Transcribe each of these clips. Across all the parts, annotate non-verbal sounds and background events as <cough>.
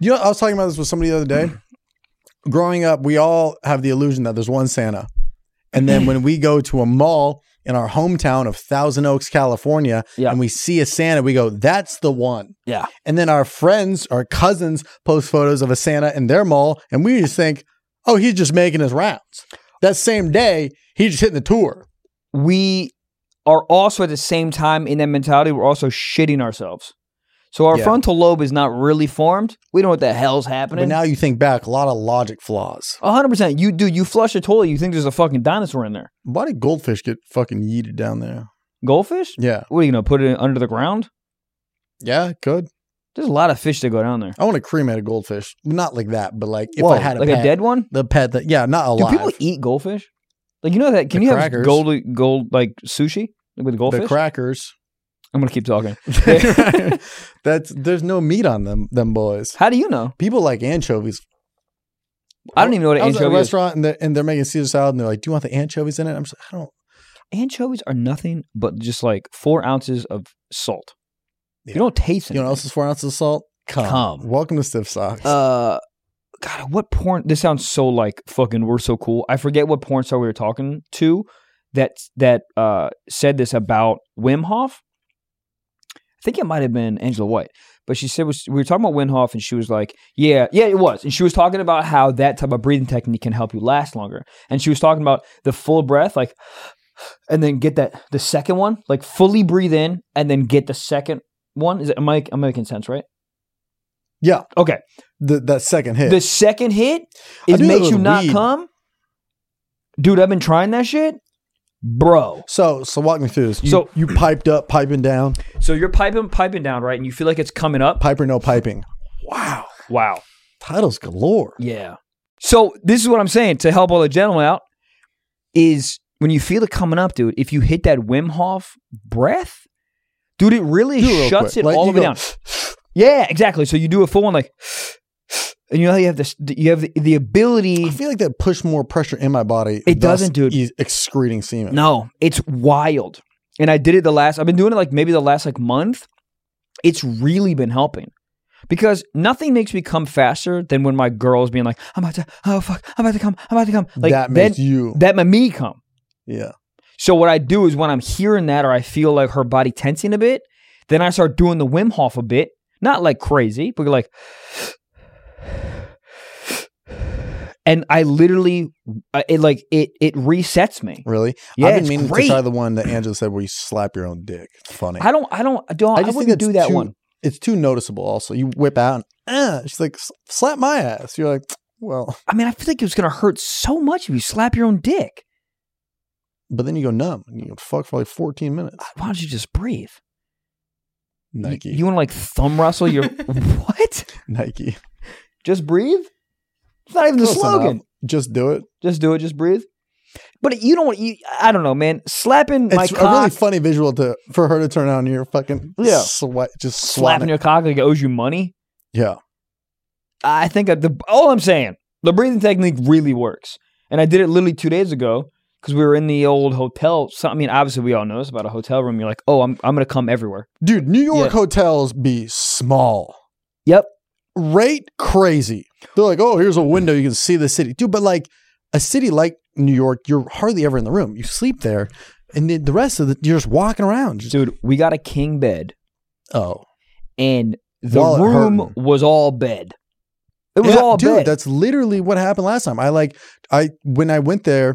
You know, I was talking about this with somebody the other <clears throat> day. Growing up, we all have the illusion that there's one Santa. And <clears throat> then when we go to a mall in our hometown of Thousand Oaks, California, Yeah. and we see a Santa, we go, that's the one. Yeah. And then our friends, our cousins post photos of a Santa in their mall, and we just think, oh, he's just making his rounds. That same day, he's just hitting the tour. we are also at the same time in that mentality, we're also shitting ourselves. So our Yeah. frontal lobe is not really formed. We don't know what the hell's But happening. now you think back, a lot of logic flaws. 100%. You do. You flush a toilet, you think there's a fucking dinosaur in there. Why did goldfish get fucking yeeted down there? Goldfish? Yeah. What are you going to put it under the ground? Yeah, good. There's a lot of fish that go down there. I want to cremate a goldfish. Not like that, but like if Whoa, I had a like pet, a dead one? the pet that yeah, not Do alive. people eat goldfish? Like, you know that? Can The you have crackers. gold, gold, like sushi with goldfish? the crackers. <laughs> <laughs> I'm going to keep talking. That's there's no meat on them them boys. How do you know? People like anchovies. I don't even know what an I was at a anchovy is. restaurant and they're, and they're making Caesar salad and they're like, "Do you want the anchovies in it?" I'm just, I don't. Anchovies are nothing but just like four ounces of salt. Yeah. You don't taste You know anything. what else is four ounces of salt? Come. Cum. Welcome to Stiff Socks. uh god what porn this sounds so like fucking we're so cool i forget what porn star we were talking to that that uh said this about wim hof i think it might have been angela white but she said was- we were talking about wim hof and she was like yeah yeah it was and she was talking about how that type of breathing technique can help you last longer and she was talking about the full breath like and then get that the second one like fully breathe in and then get the second one is it am i am I making sense right yeah, okay the, that second hit. the second hit I do it that makes with you not weed. come. Dude, I've been trying that shit, bro. so so walk me through this. You, So- you piped up, piping down, So you're piping, piping down, right? And you feel like it's coming up. piper no piping. Wow, Wow. titles galore. Yeah. So this is what I'm saying to help all the gentlemen out is when you feel it coming up, dude. If you hit that Wim Hof breath, dude, it really Do it real shuts quick. it Like, all you the way go- down. Yeah, exactly. So you do a full one like, <sighs> and you know how you have this, you have the, the ability. I feel like that pushed more pressure in my body. It thus doesn't, dude. e- excreting semen. No, it's wild. And I did it the last I've been doing it like maybe the last like month. It's really been helping. Because nothing makes me come faster than when my girl's being like, I'm about to oh fuck, I'm about to come, I'm about to come. Like that then- makes you. that made me come. yeah. So what I do is when I'm hearing that or I feel like her body tensing a bit, then I start doing the Wim Hof a bit. Not like crazy, but like and I literally I- it like it it resets me. Really? Yeah, I've been it's meaning great. to try the one that Angela said where you slap your own dick. It's funny. I don't I don't I don't I, wouldn't it's do that too- one. It's too noticeable. Also, you whip out and uh, she's like, "S- slap my ass. You're like, well, I mean, I feel like it's gonna hurt so much if you slap your own dick. but then you go numb and you go fuck for like 14 minutes. Why don't you just breathe? Y- Nike, You, want to like thumb wrestle <laughs> your what? Nike. Just breathe. It's not even the Close slogan. enough. Just do it. Just do it. Just breathe. But you don't. You, I don't know, man. Slapping my It's a really cock, funny visual to for her to turn on your fucking Yeah. sweat, just slapping slapping. your cock like it owes you money. yeah, I think that the all I'm saying, the breathing technique really works, and I did it literally two days ago because we were in the old hotel. So, I mean, obviously, we all know this about a hotel room. You're like, oh, I'm I'm gonna come everywhere. dude. New York Yeah. hotels be small. Yep. rate crazy. They're like, oh, here's a window you can see the city, dude. But like a city like New York, you're hardly ever in the room. You sleep there, and then the rest of the you're just walking around. Just, Dude, we got a king bed oh, and the Wallet room hurting. was all bed. It was Yeah, all dude. bed. That's literally what happened last time. I like I when I went there,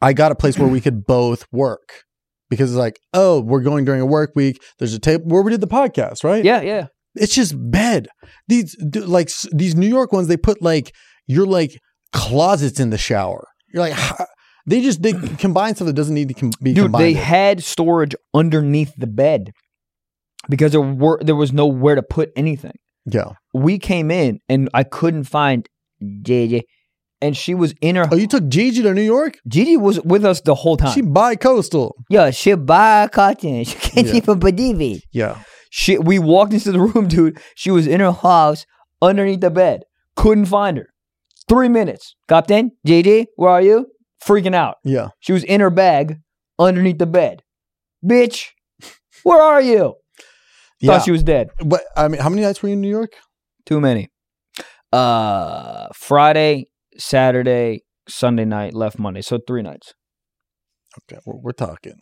I got a place where we <clears throat> could both work because it's like, oh, we're going during a work week. There's a table where we did the podcast, right? yeah, yeah. It's just bed. These d- like s- these New York ones, they put like you're like closets in the shower. You're like "Ha." they just they combine stuff that doesn't need to com- be Dude, combined. they had storage underneath the bed because there were there was nowhere to put anything. yeah. We came in and I couldn't find JJ. And she was in her Oh, you took Gigi to New York? Gigi was with us the whole time. She bi-coastal. yeah, she buy cotton. <laughs> She can't Yeah. even believe it. Yeah. She we walked into the <laughs> room, dude. She was in her house underneath the bed. Couldn't find her. Three minutes. Captain, JD, where are you? Freaking out. Yeah. She was in her bag underneath the bed. Bitch, <laughs> where are you? Yeah. Thought she was dead. but I mean, how many nights were you in New York? Too many. Uh, Friday, Saturday, Sunday night, left Monday. So three nights. Okay, we're, we're talking.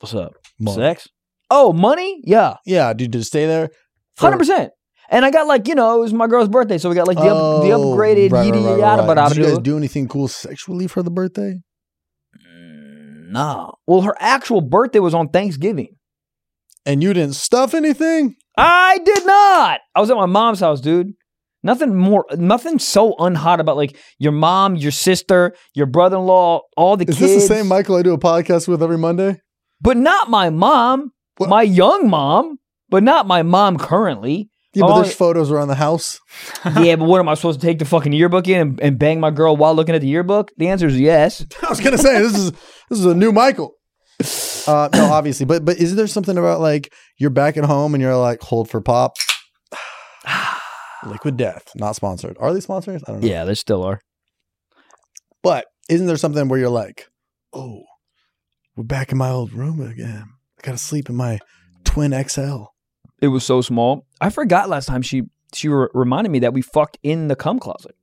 What's up? month. Sex? Oh, money? Yeah, Yeah, dude, to stay there. for- hundred percent. And I got like you know it was my girl's birthday, so we got like the, up, the Oh, upgraded right, yada right, right, yada. right. But I Did you guys do anything cool sexually for the birthday? no. Well, her actual birthday was on Thanksgiving. And you didn't stuff anything? I did not. I was at my mom's house, dude. Nothing more, nothing so unhot about like your mom, your sister, your brother in law, all the Is kids. this the same Michael I do a podcast with every Monday? But not my mom, What? my young mom, but not my mom <laughs> currently. Yeah, but Oh, there's photos around the house. <laughs> yeah, but what am I supposed to take the fucking yearbook in and, and bang my girl while looking at the yearbook? The answer is yes. <sighs> I was gonna say this is this is a new Michael. Uh, no, obviously, but but is there something about like you're back at home and you're like hold for pop, liquid death, not sponsored. Are they sponsors? I don't know. yeah, there still are. But isn't there something where you're like, oh, we're back in my old room again. I gotta sleep in my twin XL. It was so small. I forgot last time she she re- reminded me that we fucked in the cum closet.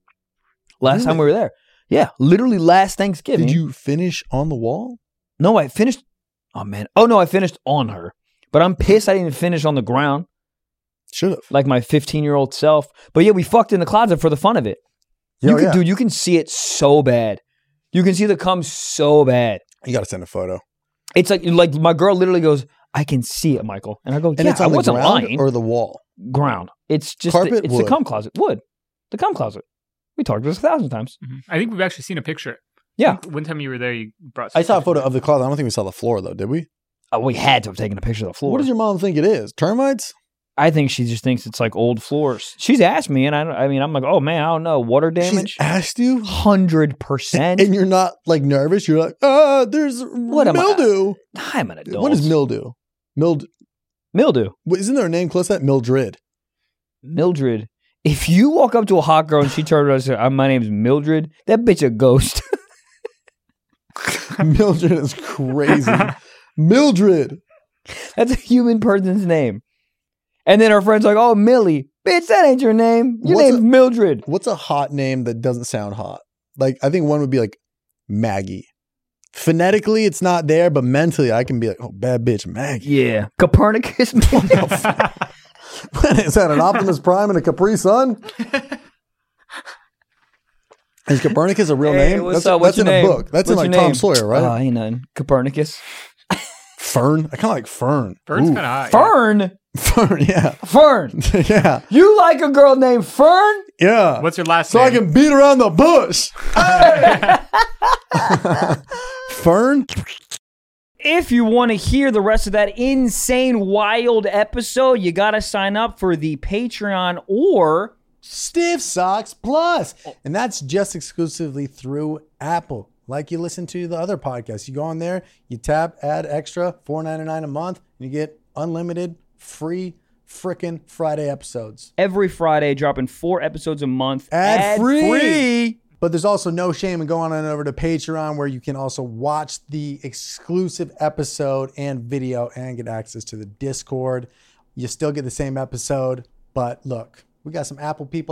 Last time we were there. Yeah, literally last Thanksgiving. Did you finish on the wall? No, I finished. Oh man. Oh no, I finished on her. But I'm pissed I didn't finish on the ground Should have. like my 15 year old self. But yeah, we fucked in the closet for the fun of it. you can, dude. You can see it so bad. You can see the cum so bad. You gotta send a photo. It's like like my girl literally goes, "I can see it, Michael," and I go, And "Yeah, it's I on the wasn't ground lying." or the wall. ground. It's just Carpet, the, it's wood. the cum closet, wood, the cum closet. We talked about this a thousand times. Mhm. I think we've actually seen a picture. Yeah. One time you were there, you brought. I saw a photo of the closet. I don't think we saw the floor though, did we? Oh, we had to have taken a picture of the floor. What does your mom think it is? Termites? I think she just thinks it's like old floors. She's asked me, and I, don't- I mean, I'm like, oh man, I don't know, water damage, She's asked you, hundred percent. and you're not like nervous. You're like, ah, there's am I- mildew. I'm an adult. What is mildew? Mild? mildew? wait, Isn't there a name close to that? Mildred. Mildred. If you walk up to a hot girl and she turns around and says, "Uh, "My name's Mildred," that bitch a ghost. <laughs> Mildred is crazy. Mildred. That's a human person's name. And then her friend's like, "Oh, Millie, bitch, that ain't your name. Your What's name's a- <laughs> Mildred." What's a hot name that doesn't sound hot? Like I think one would be like Maggie. Phonetically, it's not there, but mentally, I can be like, oh, bad bitch, Maggie. <laughs> Yeah, Copernicus. <laughs> is that an Optimus Prime and a Capri Sun? Is Copernicus a real Hey, name? what's that's up? What's that's in your a name? book. That's What's in like your Tom name? Sawyer, right? Oh, ain't none. Copernicus. Fern. I kind of like Fern. Bird's Ooh. kind of hot. yeah. Fern. <laughs> Fern. Yeah. <laughs> Fern. yeah. You like a girl named Fern? Yeah. What's your last so name? I can beat around the bush. <laughs> Fern. If you want to hear the rest of that insane, wild episode, you got to sign up for the Patreon or. Stiff Socks Plus. And that's just exclusively through Apple. Like you listen to the other podcasts. You go on there, you tap, add extra, $4.99 a month, and you get unlimited free frickin' Friday episodes. every Friday, dropping four episodes a month. Ad free. free. But there's also no shame in going on over to Patreon where you can also watch the exclusive episode and video and get access to the Discord. You still get the same episode, but look, we got some Apple people.